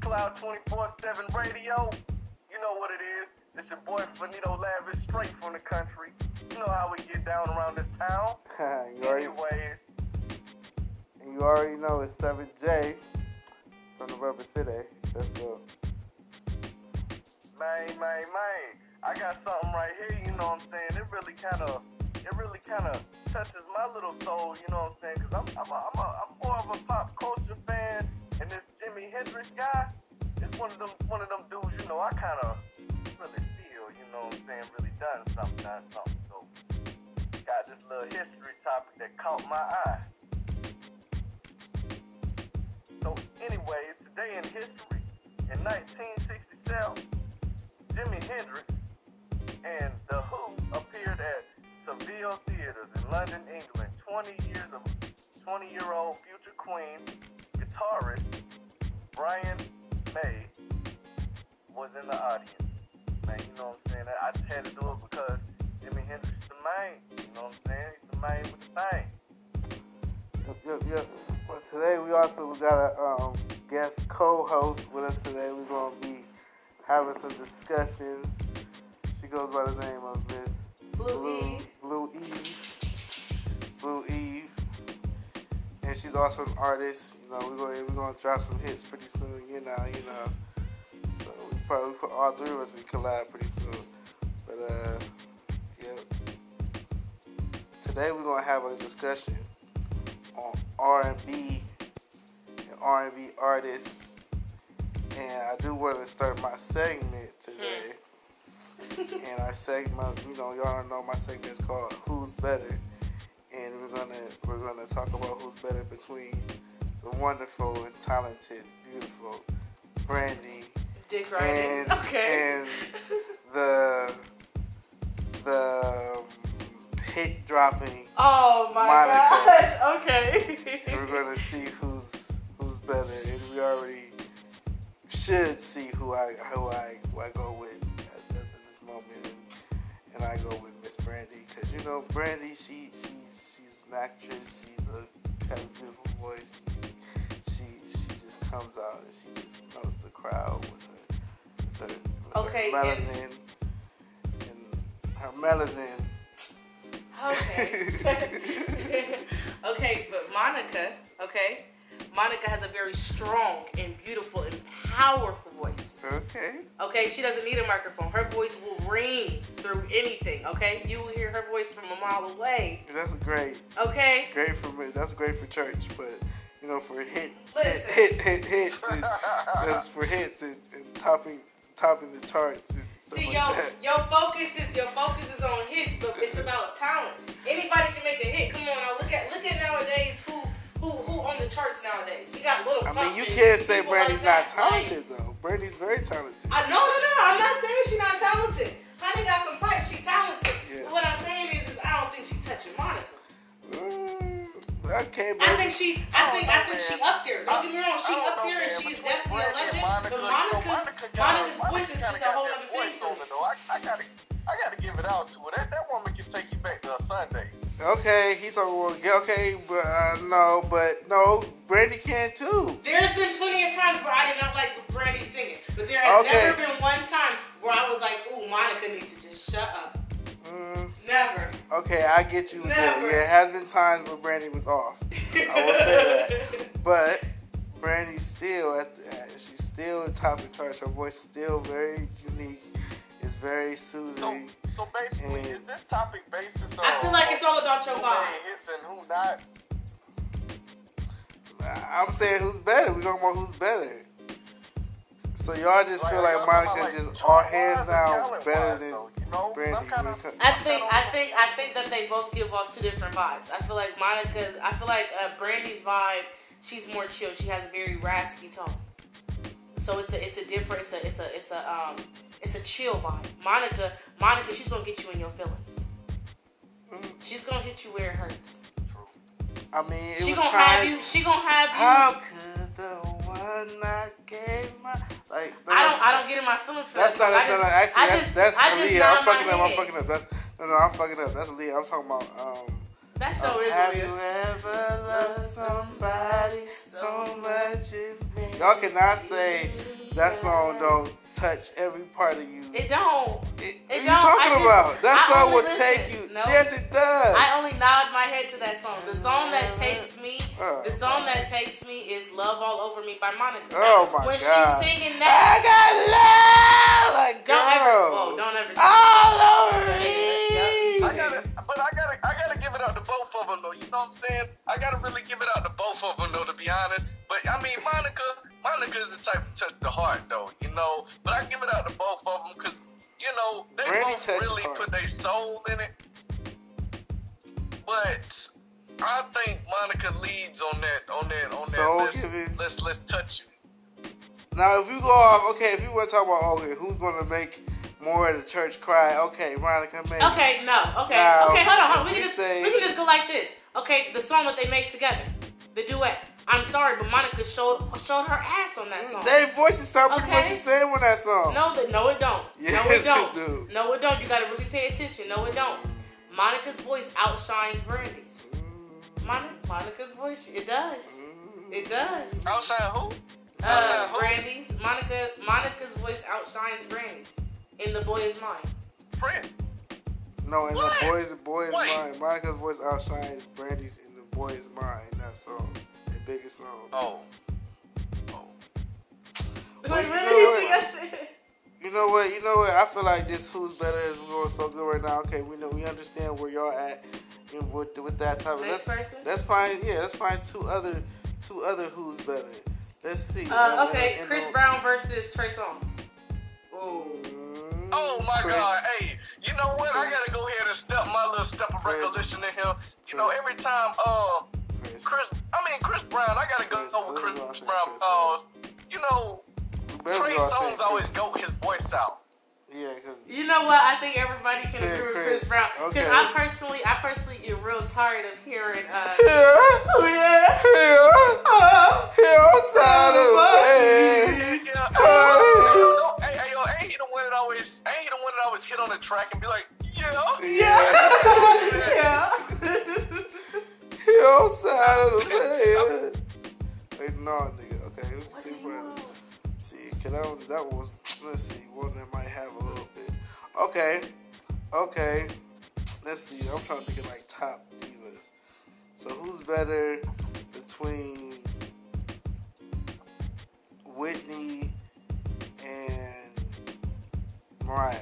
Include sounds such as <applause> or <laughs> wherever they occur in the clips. Cloud 24-7 radio. You know what it is. It's your boy Finito Lavish, straight from the country. You know how we get down around this town. <laughs> you, already, Anyways, you already know it's 7J from the Rubber City. That's the man, man, man. I got something right here, you know what I'm saying? It really kind of, it really kind of touches my little soul, you know what I'm saying? Because I'm, I'm, a, I'm, a, I'm more of a pop culture fan, and this Jimi Hendrix guy is one of them, one of them dudes, you know, I kind of really feel, you know what I'm saying, really done something, done something. So, got this little history topic that caught my eye. So, anyways, today in history, in 1967, Jimi Hendrix and The Who appeared at Seville Theaters in London, England. 20 years of 20-year-old future queen guitarist Brian May was in the audience. Man, you know what I'm saying? I I just had to do it because Jimi Hendrix the main. You know what I'm saying? He's the main with the thing. Yep, yep, yep. Well, today we also got a um, guest co-host with us today. We're gonna be having some discussions. She goes by the name of Miss Blue Eve. Blue Eve. Blue Eve. And she's also an artist. You know, we're gonna we're gonna drop some hits pretty soon. You know, you know. So we probably put all three of us in collab pretty soon. But uh, yeah. Today we're gonna have a discussion on R&B and R&B artists. And I do want to start my segment today. and our segment, you know, y'all don't know my segment is called "Who's Better," and we're gonna we're gonna talk about who's better between the wonderful and talented, beautiful Brandy Dick riding. And- okay. the the um, hit dropping oh my Monica. gosh. Okay. and we're <laughs> gonna <laughs> see who's who's better, and we already should see who I who I who I go with at, at this moment, and I go with Miss Brandy because you know Brandy, she she she's an actress, she's a has a beautiful voice, she she just comes out and she just knows the crowd with her with her, with Okay, her and- melanin and her melanin. okay. <laughs> okay, but Monica, okay? Monica has a very strong and beautiful and powerful voice. Okay. Okay, she doesn't need a microphone. Her voice will ring through anything, okay? You will hear her voice from a mile away. That's great. Okay? great for me. That's great for church, but you know, for hit, hit, Listen. hit, hit, hits, <laughs> and, that's for hits and, and topping, topping the charts. And stuff See, like your that. your focus is your focus is on hits, but it's about talent. Anybody can make a hit. Come on now, look at look at nowadays who who who on the charts nowadays. We got little. I mean, you Pumpkin, can't say people like Brandy's not that, like- talented though. Brandy's very talented. I no no no no. I'm not saying she's not talented. Honey got some pipes. She talented. Yeah. But what I'm saying is, is I don't think she touching Monica. Mm, okay, I Brandy. think she. I think. I think she man. up there. Don't get me wrong. She I don't up know, there, and man, she's between definitely a Brandy and legend. Monica, but you know, Monica's Monica got- Monica's Monica voice is kinda just a got whole that other voice thing. on it, though. I, I gotta, I gotta give it out to her. That, that woman can take you back to a Sunday. okay, he's on one. Okay, but uh, no, but no, Brandy can too. There's been plenty of times where I did not like Brandy singing, but there has Okay. never been one time where I was like, "Ooh, Monica needs to just shut up." Mm, Never. okay, I get you. There. Never. Yeah, it has been times where Brandy was off. I will say But Brandy's still at the, uh, she's still top in charge. Her voice is still very unique. It's very So, soothing. so basically, Mm. is this topic basis on? <laughs> I feel like it's all about your who vibe. made hits and who not. I- I'm saying who's better. We talking about who's better. So y'all just feel like I'm Monica talking about, like, just all chart-wise hands and down talent-wise, better than though, you know? Brandy. I'm kinda- when it co- I think I think I think that they both give off two different vibes. I feel like Monica's. I feel like uh, Brandy's vibe. She's more chill. She has a very raspy tone. So it's a it's a different. It's a it's a it's a um it's a chill vibe. Monica Monica. She's gonna get you in your feelings. Mm. She's gonna hit you where it hurts. I mean, it she was gonna time. have you. She gonna have you. How could the one I gave my like? I don't. I don't get in my feelings for That's that. not, I that's just- not, actually, I that's, just- that's I just Aaliyah. I'm not in my fucking up, I'm head. fucking up. That's, no, no, I'm fucking up. That's Aaliyah. I'm talking about, um, That show is Have weird. you ever loved somebody so much it made Y'all cannot say that song don't touch every part of you. It don't. It- it what you don't. I talking just- about? That I song only will listen. take you. No. Yes, it does. I only nod my head to that song. The song that takes me, Uh. the song that takes me is "Love All Over Me" by Monica. Oh my God. when she's singing I that, got love, like don't ever, oh, girl, whoa, don't ever. all over I me. gotta, but I gotta, I gotta give it out to both of them though. You know what I'm saying? I gotta really give it out to both of them though, to be honest. But I mean, Monica, Monica is the type to touch the heart though, you know. But I give it out to both of them because, you know, they Brandy both touches really put hearts. their soul in it. But I think Monica leads on that, on that, on that. Soul let's, giving. let's let's touch you. Now, if you go off, okay, if you want to talk about okay, who's gonna make more of the church cry? Okay, Monica, maybe. Okay, no, okay, Now, okay. Hold on, hold if on. We can we just say- we can just go like this. Okay, the song that they made together, the duet. I'm sorry, but Monica showed showed her ass on Mm, that song. Their voices sound pretty much Okay. the same on that song. No, that no, it don't. Yes, no, it it don't. do. No, it don't. You gotta really pay attention. No, it don't. Monica's voice outshines Brandy's. Mon- Monica's voice, it does. Mm-hmm. It does. Oh, Outside who? Uh, Outside who? Brandy's Monica Monica's voice outshines Brandy's in "The Boy Is Mine." Friend. No, and What? the boys, the boys, Wait. mind. Monica's voice outshines Brandy's in the boys' mind. That song, the biggest song. Oh. Oh. Wait, Like, what no, do you wait. think I said? You know what? You know what? I feel like this "Who's Better" is going so good right now. Okay, we know we understand where y'all at and with with that type of. Next Let's person? let's find yeah, let's find two other two other "Who's Better." Let's see. Uh, And- okay, and- Chris and- Brown versus Trey Songz. Ooh. Mm, Oh my Chris. God! Hey, you know what? I Chris. gotta go ahead and step my little step of Chris. recollection in here. You know, Chris. every time, uh, Chris. Chris, I mean Chris Brown, I gotta go Chris, over let me Chris, watch it, Brown Chris. because you know You better Trey be all saying Songz always Chris. go his voice out. Yeah, because You know what? I think everybody can Said agree with Chris. Chris, Brown because Okay. I personally, I personally get real tired of hearing. <laughs> Uh, here, oh yeah. here, <laughs> Oh. here, side Oh of the way. Yeah, yeah. Oh. <laughs> Hey, hey, yo, ain't he the one that always, ain't he the one that always hit on the track and be like, yeah, <laughs> Yeah. Hill side of the bed. Like, no, nigga. Okay, let me see if I see. Can I? That one was. Let's see. One that might have a little bit. Okay, okay. Let's see. I'm trying to think of like top divas. So who's better between Whitney and Mariah?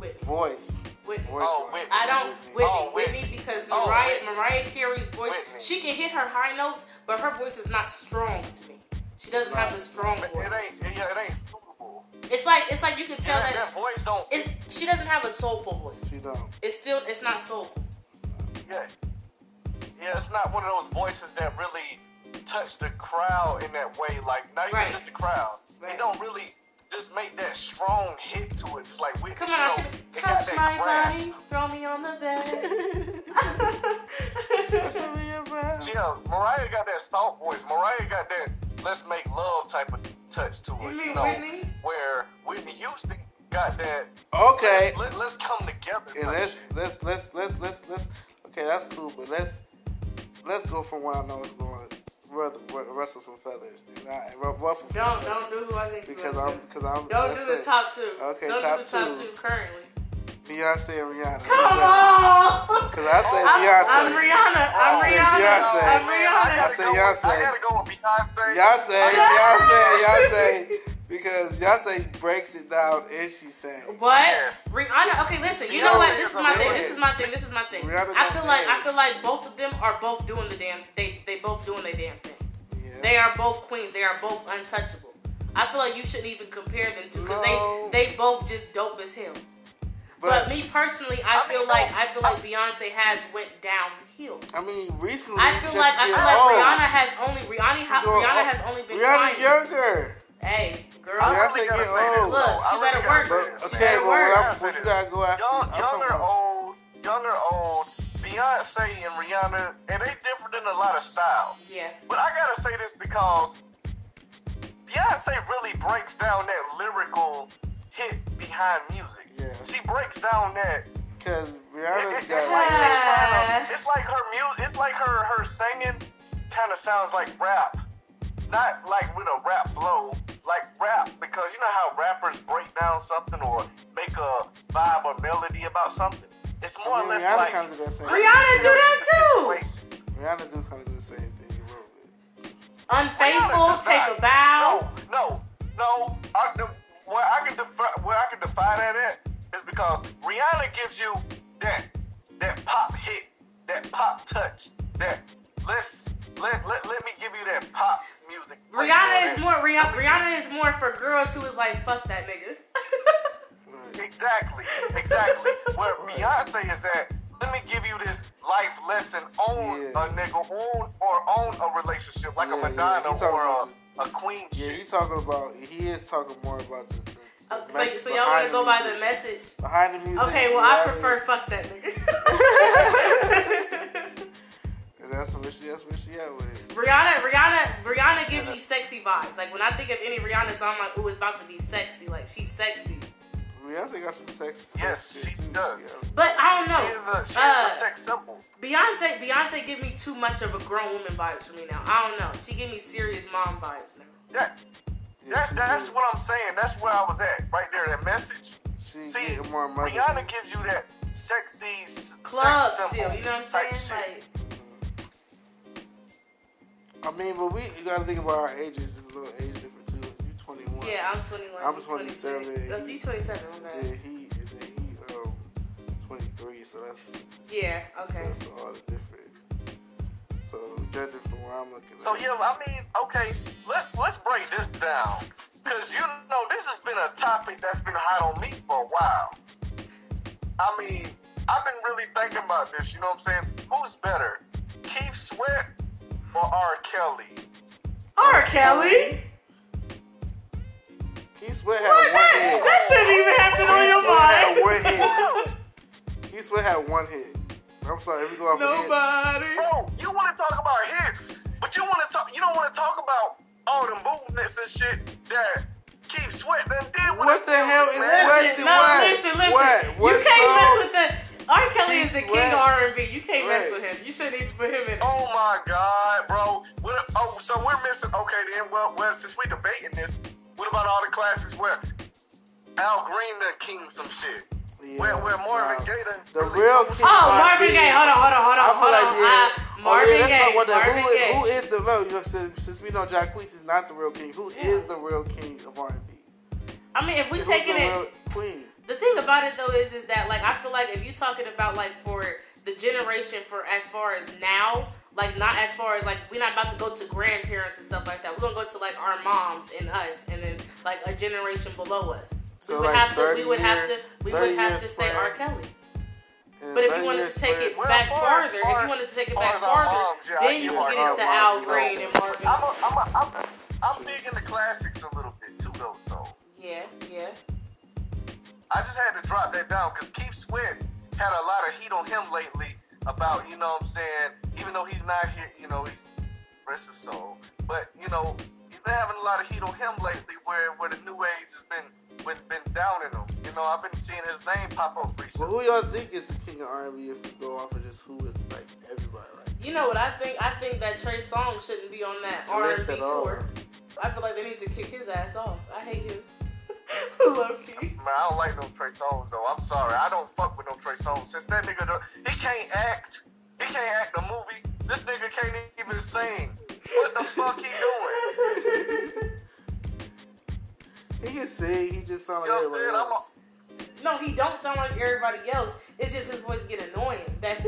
Whitney. Voice. Whitney. Voice. Oh, wise, Whitney. I don't Whitney, Oh, Whitney. Whitney because Oh, Mariah Whitney. Mariah Carey's voice Whitney. she can hit her high notes but her voice is not strong to me. She doesn't have the strong it voice. ain't, yeah, it ain't suitable. It's like it's like you can tell Yeah, that, that voice don't, it's she doesn't have a soulful voice. She don't. It's still it's not soulful. yeah, yeah, it's not one of those voices that really touch the crowd in that way. Like not even Right. just the crowd. It Right. don't really just make that strong hit to it. Just like we, Come you on, I know, should it got touch that my grasp. body, throw me on the <laughs> bed. <laughs> Yeah, Mariah got that soft voice. Mariah got that let's make love type of t- touch to it. You You, mean know, Whitney? where Whitney Houston got that. Okay. Let, let's come together. And type let's shit. let's let's let's let's let's okay, that's cool, but let's let's go from what I know is going. Ruffle, rustle some feathers, and I and ruffle some don't feathers. don't do who I think you because are. I'm because I'm Don't let's do the say top two. Okay, don't top do the top two. two currently. Beyonce and Rihanna. Come on! Because I say I'm, Beyonce. I'm Rihanna. I'm I said Beyonce. Rihanna. I'm I gotta Rihanna. said go with- Beyonce. I gotta go with Beyonce. <laughs> Beyonce, Beyonce, Beyonce, because Beyonce breaks it down and she sang. What? Rihanna. Okay, listen. You know what? This is my thing. This is my thing. This is my thing. Rihanna I feel don't like dance. I feel like both of them are both doing the damn. They they both doing their damn thing. They Yeah. are both queens. They are both untouchable. I feel like you shouldn't even compare them to because No. they they both just dope as hell. But, But, me personally, I I feel mean, like no. I feel like Beyonce has went downhill. I mean, recently I feel just like I get feel like old. Rihanna has only Rihanna She ha- going Rihanna old. has only been Rihanna's grinding. younger. Hey, girl. I Rihanna really get gotta say this. old. though. Look, I she really better gotta say work. this. But, She okay, gotta but work. what, I, Gotta say what you this. gotta go after? Young, I'm young talking or about- old, young or old, Beyonce and Rihanna, and they different in a lot of styles. Yeah. But I gotta say this because Beyonce really breaks down that lyrical hit behind music. Yeah. She breaks down that because <laughs> Rihanna's It's like got. she's trying Yeah. to- it's like her mu- It's like her her singing kind of sounds like rap, not like with a rap flow, like rap because you know how rappers break down something or make a vibe or melody about something. It's more I mean, or less Rihanna like kinda do that same- Rihanna do that too. Situation. Rihanna do kind of do the same thing a little bit. Rihanna Unfaithful, just take not- a bow. No, no, no. I, the, where I can defi- where I can defy that at is because Rihanna gives you that that pop hit, that pop touch, that let's let let, let me give you that pop music. Rihanna is more Rihanna, Rihanna is more for girls who is like fuck that nigga. <laughs> Right. Exactly, exactly. Where Beyonce is at. Let me give you this life lesson: own Yeah. a nigga, own or own a relationship, like Yeah, yeah, a Madonna you talking or about- a, a Queen. Yeah, shit. he's talking about. He is talking more about the. the, the Uh, so message so y'all want to behind go by music. the message? Behind the music. Okay, well I Rihanna- prefer fuck that <laughs> nigga. And that's where she. That's where she at with it. Rihanna, Rihanna, Rihanna give me sexy vibes. Like when I think of any Rihanna song, I'm like, ooh, it's about to be sexy. Like she's sexy. Rihanna got some sex. sex Yes, shit she too. does. got- But I don't know. She is a she Uh, is a sex symbol. Beyonce, Beyonce give me too much of a grown woman vibes for me now. I don't know. She give me serious mom vibes now. That, yeah, that she that's do. what I'm saying. That's where I was at right there. That message. She See, getting more money. Rihanna gives you that sexy s- Club sex symbol still, you know what I'm type saying? shit. Like I mean, but we you gotta think about our ages. It's a little age different too. You 21. yeah, I'm 21. I'm you 27. 26. Oh, you 27. And Okay. then he, and then he, um, 23. So that's so Yeah. Okay. that's all the different. So judging from where I'm looking. So at, yeah, I mean, okay, let's let's break this down, cause you know this has been a topic that's been hot on me for a while. I mean, I've been really thinking about this. You know what I'm saying? Who's better, Keith Sweat or R. Kelly? R. Kelly. Keith Sweat What? had one That, hit. that shouldn't even happen on your mind. Keith Sweat had one hit. Keith Sweat had one hit. I'm sorry, if we go off of hits- <laughs> Nobody. Bro, you want to talk about hits, but you want to talk. You don't want to talk about all the movements and shit that Keith Sweat done did. with What his the hell music, is man. What Listen, the- no, what? listen, listen. What? What you can't song? mess with the R. Kelly He is the king sweat. of R&B. You can't mess Right. with him. You shouldn't even put him in. Oh my God, bro. What? a- oh, so we're missing. Okay, then. Well, well, since we debating this, what about all the classics where Al Green done king some shit? Yeah, where where Marvin nah. Gaye done The really real took king- some- Oh, R&B. Marvin Gaye. Hold on, hold on, hold on, I feel hold like on. yeah. Uh, Marvin oh, yeah, that's Gaye. not what that. Marvin Who is, Gaye. who is the no? You know, since, since we know Jack Queens is not the real king, who is the real king of R and B? I mean, if we Who's taking the it, real queen? the thing about it though is, is that like I feel like if you talking about like for the generation for as far as now, like not as far as like we're not about to go to grandparents and stuff like that. We're gonna go to like our moms and us, and then like a generation below us. So, we like, would have to. We 30 would have to. year- We 30 would have years to say R. spread. Kelly. And But if you thirty wanted years to take spread- it Well, back far- farther, if far you as- wanted to take it far back as our farther, moms, yeah, I then you give can our get into moms Al a lot. Green and Marvin. I'm a, I'm a, I'm, a, I'm digging the classics a little bit too, though. So yeah, yeah. I just had to drop that down because Keith Sweat had a lot of heat on him lately about, you know what I'm saying, even though he's not here, you know, he's rest his soul. But, you know, he's been having a lot of heat on him lately where, where the new age has been been, been downing him. You know, I've been seeing his name pop up But recently. who y'all think is the king of R and B if we go off of just who is like everybody? Like, You know what I think? I think that Trey Songz shouldn't be on that the R and list B at all. tour. I feel like they need to kick his ass off. I <laughs> hate him. Low key. Man, I don't like no Trey Songz though. I'm sorry, I don't fuck with no Trey Songz. Since that nigga, done- he can't act. He can't act a movie. This nigga can't even sing. What the fuck he doing? He can sing. He just sounds You know like what I'm everybody saying? I'm a- else. No, he don't sound like everybody else. It's just his voice get annoying. <laughs> That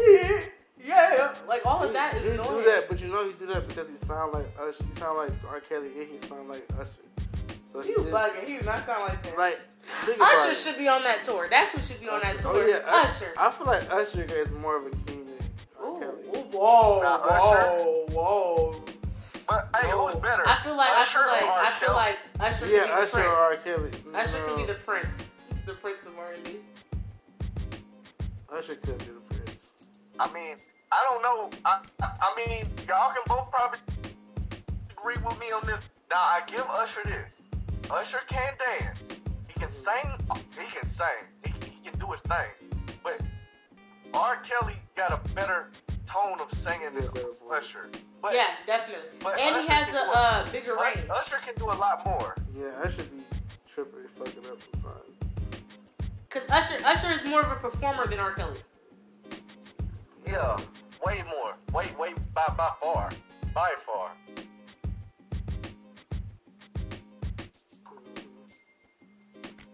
yeah, like all of that he is do annoying. that, but you know he do that because he sound like us. He sound like R. Kelly and he sound like Usher. So he You did- bugging? He do not sound like that. like think about Usher it. should be on that tour. That's who should be on that Usher. tour. Oh yeah, Usher. I, I feel like Usher is more of a king than R. Ooh, Kelly. ooh, whoa, Nah, whoa, whoa. But hey, No. who's better? I feel like Usher I feel or like I Kelly? feel like Usher Yeah, could be the Usher prince. or R. Kelly. Usher could be No, the prince, the prince of R&B. Usher could be the prince. I mean, I don't know. I, I, I mean, y'all can both probably agree with me on this. Now I give Usher this. Usher can dance. He can sing. He can sing. He, he can do his thing. But R. Kelly got a better tone of singing than Yeah, better voice. Usher. But, yeah, definitely. but and he Usher has can a do uh, bigger Us- range. Usher can do a lot more. Yeah, I should be tripping and fucking up sometimes. Because Usher, Usher is more of a performer than R. Kelly. Yeah, way more. Way, way, by, by far. By far.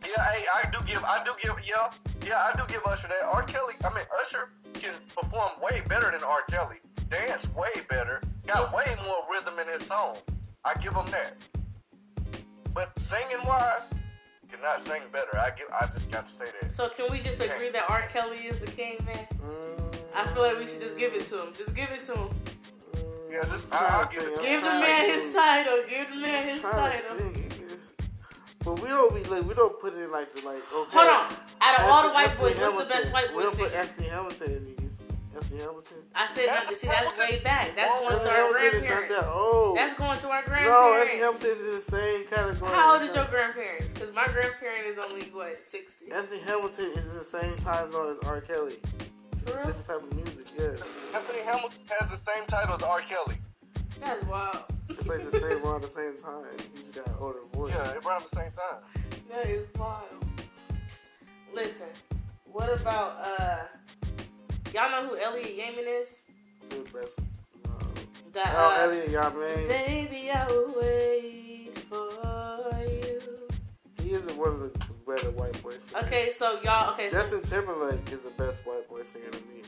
Yeah, hey, I do give, I do give, yeah, yeah, I do give Usher that. R. Kelly, I mean, Usher can perform way better than R. Kelly. Dance way better. Got way more rhythm in his song. I give him that. But singing wise, cannot sing better. I give, I just got to say that. So can we just agree that R. Kelly is the king, man? I feel like we should just give it to him. Just give it to him. Yeah, just, I, I'll give it to Give the man his title. Give the man his title. But we don't be like we don't put it in like the like okay. Hold on. Out of all Anthony- the white boys, Anthony what's the best Hamilton. white We boy don't put singer? Anthony Hamilton in these. Anthony Hamilton. I said not to see. That's way back. That's going That's to Anthony our Hamilton is not that grandparents. old. That's going to our no, Anthony grandparents. Hamilton is in the same category. How old as is your grandparents? Because my grandparent is only what sixty. Anthony Hamilton is in the same time zone as R. Kelly. It's real? a different type of music. Yes, Anthony Hamilton has the same title as R. Kelly. That's wild. it's like the same around the same time. He just got an older voice. Yeah, around the same time. That is wild. Listen, what about uh? Y'all know who Elliot Yamin is? The best. Uh, No. That Oh, uh, Elliot Yamin. baby, I will wait for you. He isn't one of the better white boy singers. Okay, so y'all. Okay, so Justin Timberlake is the best white boy singer to me.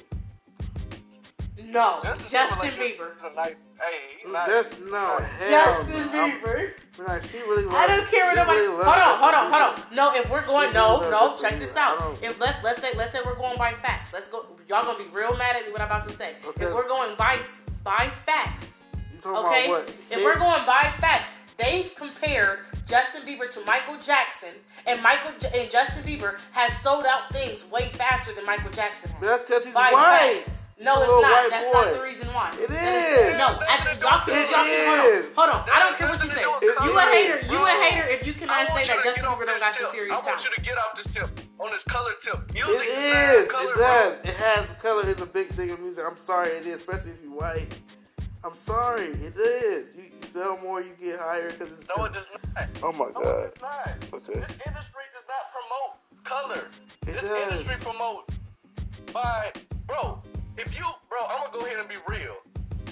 no, Justin, Justin Timberlake Bieber. is a nice. Hey, he's not, Mm, Just no, hell Justin no. I'm- Bieber. I'm like, she really I loved- don't care what she nobody. really loved Hold on, Justin hold on, hold Bieber. on. No, if we're She going, really no, loved no. Justin Check this Bieber. I out. don't- If let's let's say let's say we're going by facts. Let's go. Y'all gonna be real mad at me what I'm about to say. Okay. If we're going by s- by facts, You talking okay. about what? If we're Hits? going by facts, they've compared Justin Bieber to Michael Jackson, and Michael J- and Justin Bieber has sold out things way faster than Michael Jackson. Has. But that's because he's By white. facts. He's No, a it's little not. white That's boy. not the reason why. It That is. No, I, y'all can. It Y'all can is. hold on. Hold on. I don't That care what you has nothing to say. do with You a color. hater. You a Bro. hater if you I cannot want say you that to Justin get off Bieber don't this got some tip. serious I want you talent. to get off this tip on this color tip. It Music is. Color, It bro. does. It has color is a big thing in music. I'm sorry, it is, especially if you white. I'm sorry, it is. You spell more, you get higher because it's. No, it does not. oh No, my it god. does not. Okay. This industry does not promote color. this It does. industry promotes by bro. If you bro, I'm gonna go ahead and be real.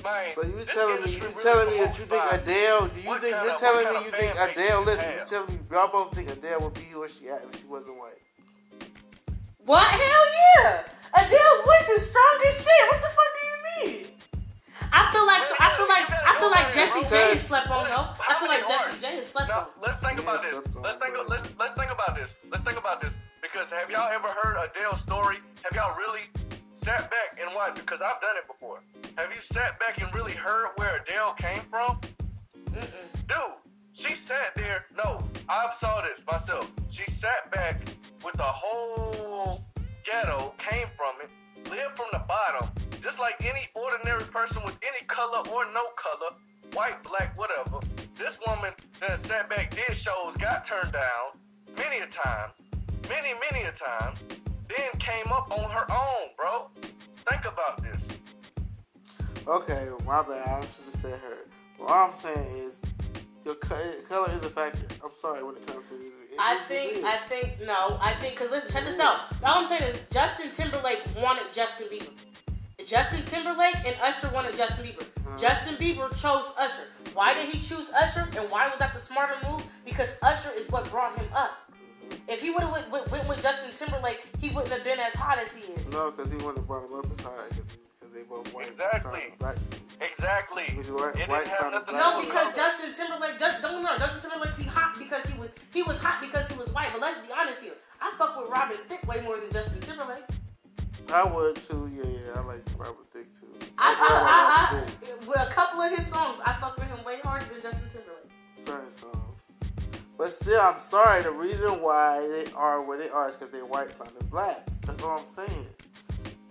Man, So you this telling me you industry really telling me that you promotes think by- Adele? Do you What think kind you're of- telling what me kind you of think fan base Adele? you Listen, have? you telling me y'all both think Adele would be where she at if she wasn't white. What? Hell yeah. Adele's voice is strong as shit. What the fuck do you mean? I feel like so. I feel like I feel like Jesse J is slept on though. I feel like Jesse J is slept on. Now let's think Yeah, about this. slept on, Let's think. bro. Let's let's think about this. Let's think about this. Because have y'all ever heard Adele's story? Have y'all really sat back and watched? Because I've done it before. Have you sat back and really heard where Adele came from? Mm-mm. Dude, she sat there. No, I've saw this myself. She sat back with the whole ghetto came from it, lived from the bottom, just like any ordinary person with any color or no color, white, black, whatever. This woman that sat back did shows, got turned down many a times, many, many a times, then came up on her own, bro. Think about this. Okay, my bad. I should have said her. Well, all I'm saying is your co- color is a factor. I'm sorry when it comes to music. It I just think is. I think no. I think because listen, check this out. All I'm saying is Justin Timberlake wanted Justin Bieber. Justin Timberlake and Usher wanted Justin Bieber. Justin Bieber chose Usher. Why did he choose Usher? And why was that the smarter move? Because Usher is what brought him up. If he would have went, went, went with Justin Timberlake, he wouldn't have been as hot as he is. No, because he wouldn't have brought him up as high because they both white. Exactly. Sound black. Exactly. It didn't It White didn't sounded have nothing to black. do No, with because color. Justin Timberlake just don't know. Justin Timberlake he hot because he was he was hot because he was white. But let's be honest here. I fuck with Robin Thicke way more than Justin Timberlake. I would too. Yeah, yeah. I like Robert Thicke too. I, I, I, I, I, with a couple of his songs, I fuck with him way harder than Justin Timberlake. Sorry, song. But still, I'm sorry. The reason why they are where they are is because they white sounding black. That's all I'm saying.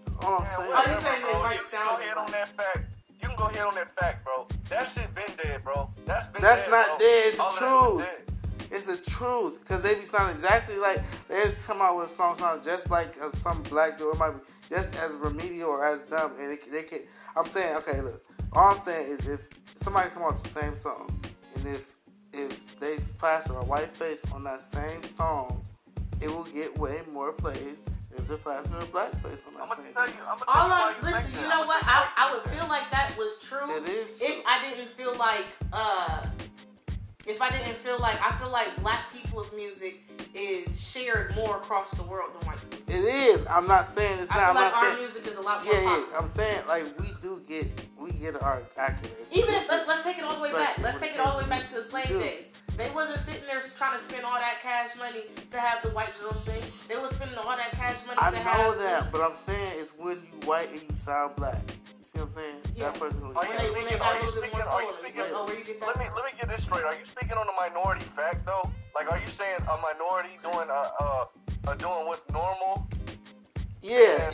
That's all I'm Man, saying. Are you whatever, saying they bro. might Oh, You can sound Go ahead on that fact. You can go ahead on that fact, bro. That shit been dead, bro. That's been That's dead, not bro. dead, it's the All of that been truth. dead. It's it's the truth because they be sounding exactly like they come out with a song sound just like uh, some black dude. It might be just as remedial or as dumb, and it, they can. I'm saying okay, look. All I'm saying is if somebody come out with the same song, and if if they plaster a white face on that same song, it will get way more plays. than If they plaster a black face on that I'm gonna same tell song. you. I'm gonna tell All you why I you think listen, that. you I'ma know what? tell you I, why I you would think feel like that was true. It is true. If I didn't feel like uh if I didn't feel like I feel like black people's music is shared more across the world than white people. It is. I'm not saying it's I not. feel I'm like not our saying. music is a lot more Yeah, yeah. popular. I'm saying like we do get we get our accurate. Even if let's let's take it all the way Respect back. it Let's when take it it all the comes way back to the slave Dude. days. They wasn't sitting there trying to spend all that cash money to have the white girls sing. They was spending all that cash money I to know have that, but I'm saying it's when you white and you sound black. You see what I'm saying? Yeah. That person. Who Are when you they when speaking- they are got a you little bit more speaking- are you soul in it. speaking- Oh, where you get that? let me let me get this straight. Are you speaking on a minority fact though? Like, are you saying a minority doing uh uh, uh doing what's normal? Yeah, Yeah, yeah.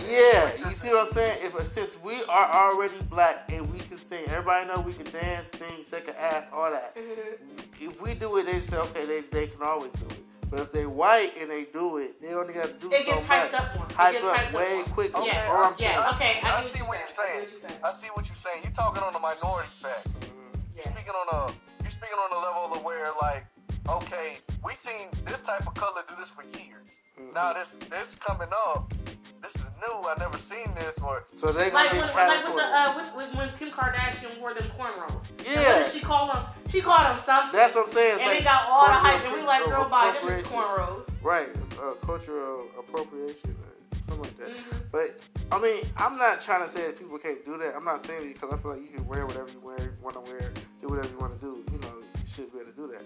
it's You just- see what I'm saying? If since we are already black and we can sing, everybody know we can dance, sing, shake an ass, all that. Mm-hmm. If we do it, they say okay, they, they can always do it. But if they white and they do it, they only got to do It so gets much. hyped up more. It Hype gets up hyped up way more. quicker. Yeah, All I'm yeah, saying. okay, I get what see you're what saying. I get you're what you're saying. saying. I see what you're saying. You talking on a minority fact. Yeah. You're speaking on a you're speaking on a level of where like, okay, we seen this type of color do this for years. Now this this coming up, this is new. I never seen this or So they gonna Like be when, like with the uh, with, with when Kim Kardashian wore them cornrows. And Yeah. what did she call them? She called them something. That's what I'm saying. It's and like they got all the cultural hype, and we like, girl, buy them is appropriation. cornrows. Right, uh, cultural appropriation, or something like that. Mhm. But I mean, I'm not trying to say that people can't do that. I'm not saying it because I feel like you can wear whatever you wear, want to wear, do whatever you want to do. You know, you should be able to do that.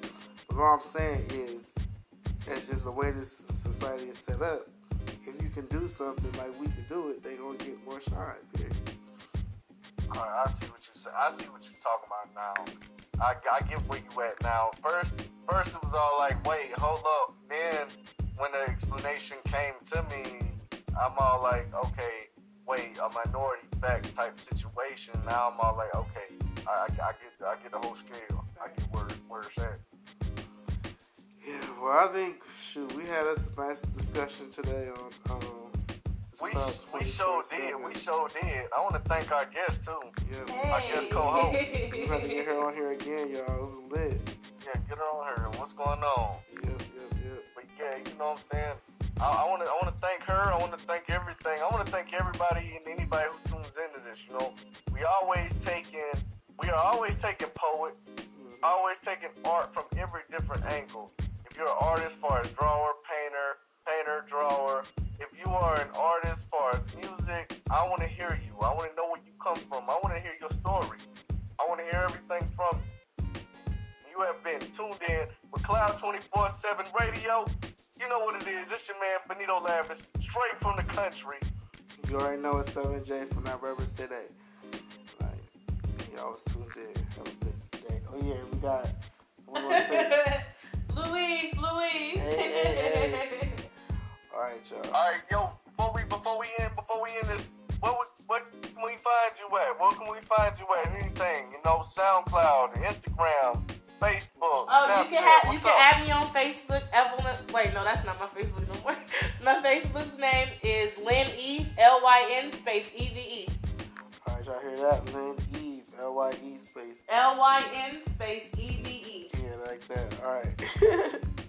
But all I'm saying is, it's just the way this society is set up. If you can do something like we can do it, they gonna get more shine. Period. Alright, I see what you say. I see what you're talking about now. I, I get where you at now. First, first it was all like, wait, hold up. Then when the explanation came to me, I'm all like, okay, wait, a minority fact type situation. Now I'm all like, okay, I, I, I get I get the whole scale. I get where where it's at. Yeah. Well, I think shoot, we had us a nice discussion today on. Um, this We Club we sure did. 24/7. We sure did. I want to thank our guests too. Yeah. I guess co-host. I'm happy to get <laughs> her on here again, y'all. It was lit. Yeah, get on her. What's going on? Yep, yep, yep. But yeah, you know what I'm saying. I want to I want to thank her. I want to thank everything. I want to thank everybody and anybody who tunes into this. You know, we always taking we are always taking poets, always taking art from every different angle. If you're an artist, far as drawer, painter, painter, drawer. If you are an artist, far as music, I want to hear you. I want to know where you come from. I want to hear your story. I want to hear everything from you. You have been tuned in with Cloud 24 7 Radio. You know what it is. It's your man, Benito Lavish, straight from the country. You already know it's 7J from that Rubber City. Like, y'all was tuned in. Have a good day. Oh, yeah, we got. We're going to <laughs> say. Louis, Louis. hey, All right, y'all. All right, yo, before we, before we end, before we end this, what, we- what can we find you at? What can we find you at? Anything, you know, SoundCloud, Instagram, Facebook, <laughs> Oh, Snapchat. you can have, you What's can up? add me on Facebook, Evelyn. Wait, no, that's not my Facebook no more. <laughs> My Facebook's name is Lynn Eve, L Y N space E V E. All right, y'all hear that? Lynn Eve, L Y E space. L Y N space E V E. Yeah, like that. All right. <laughs>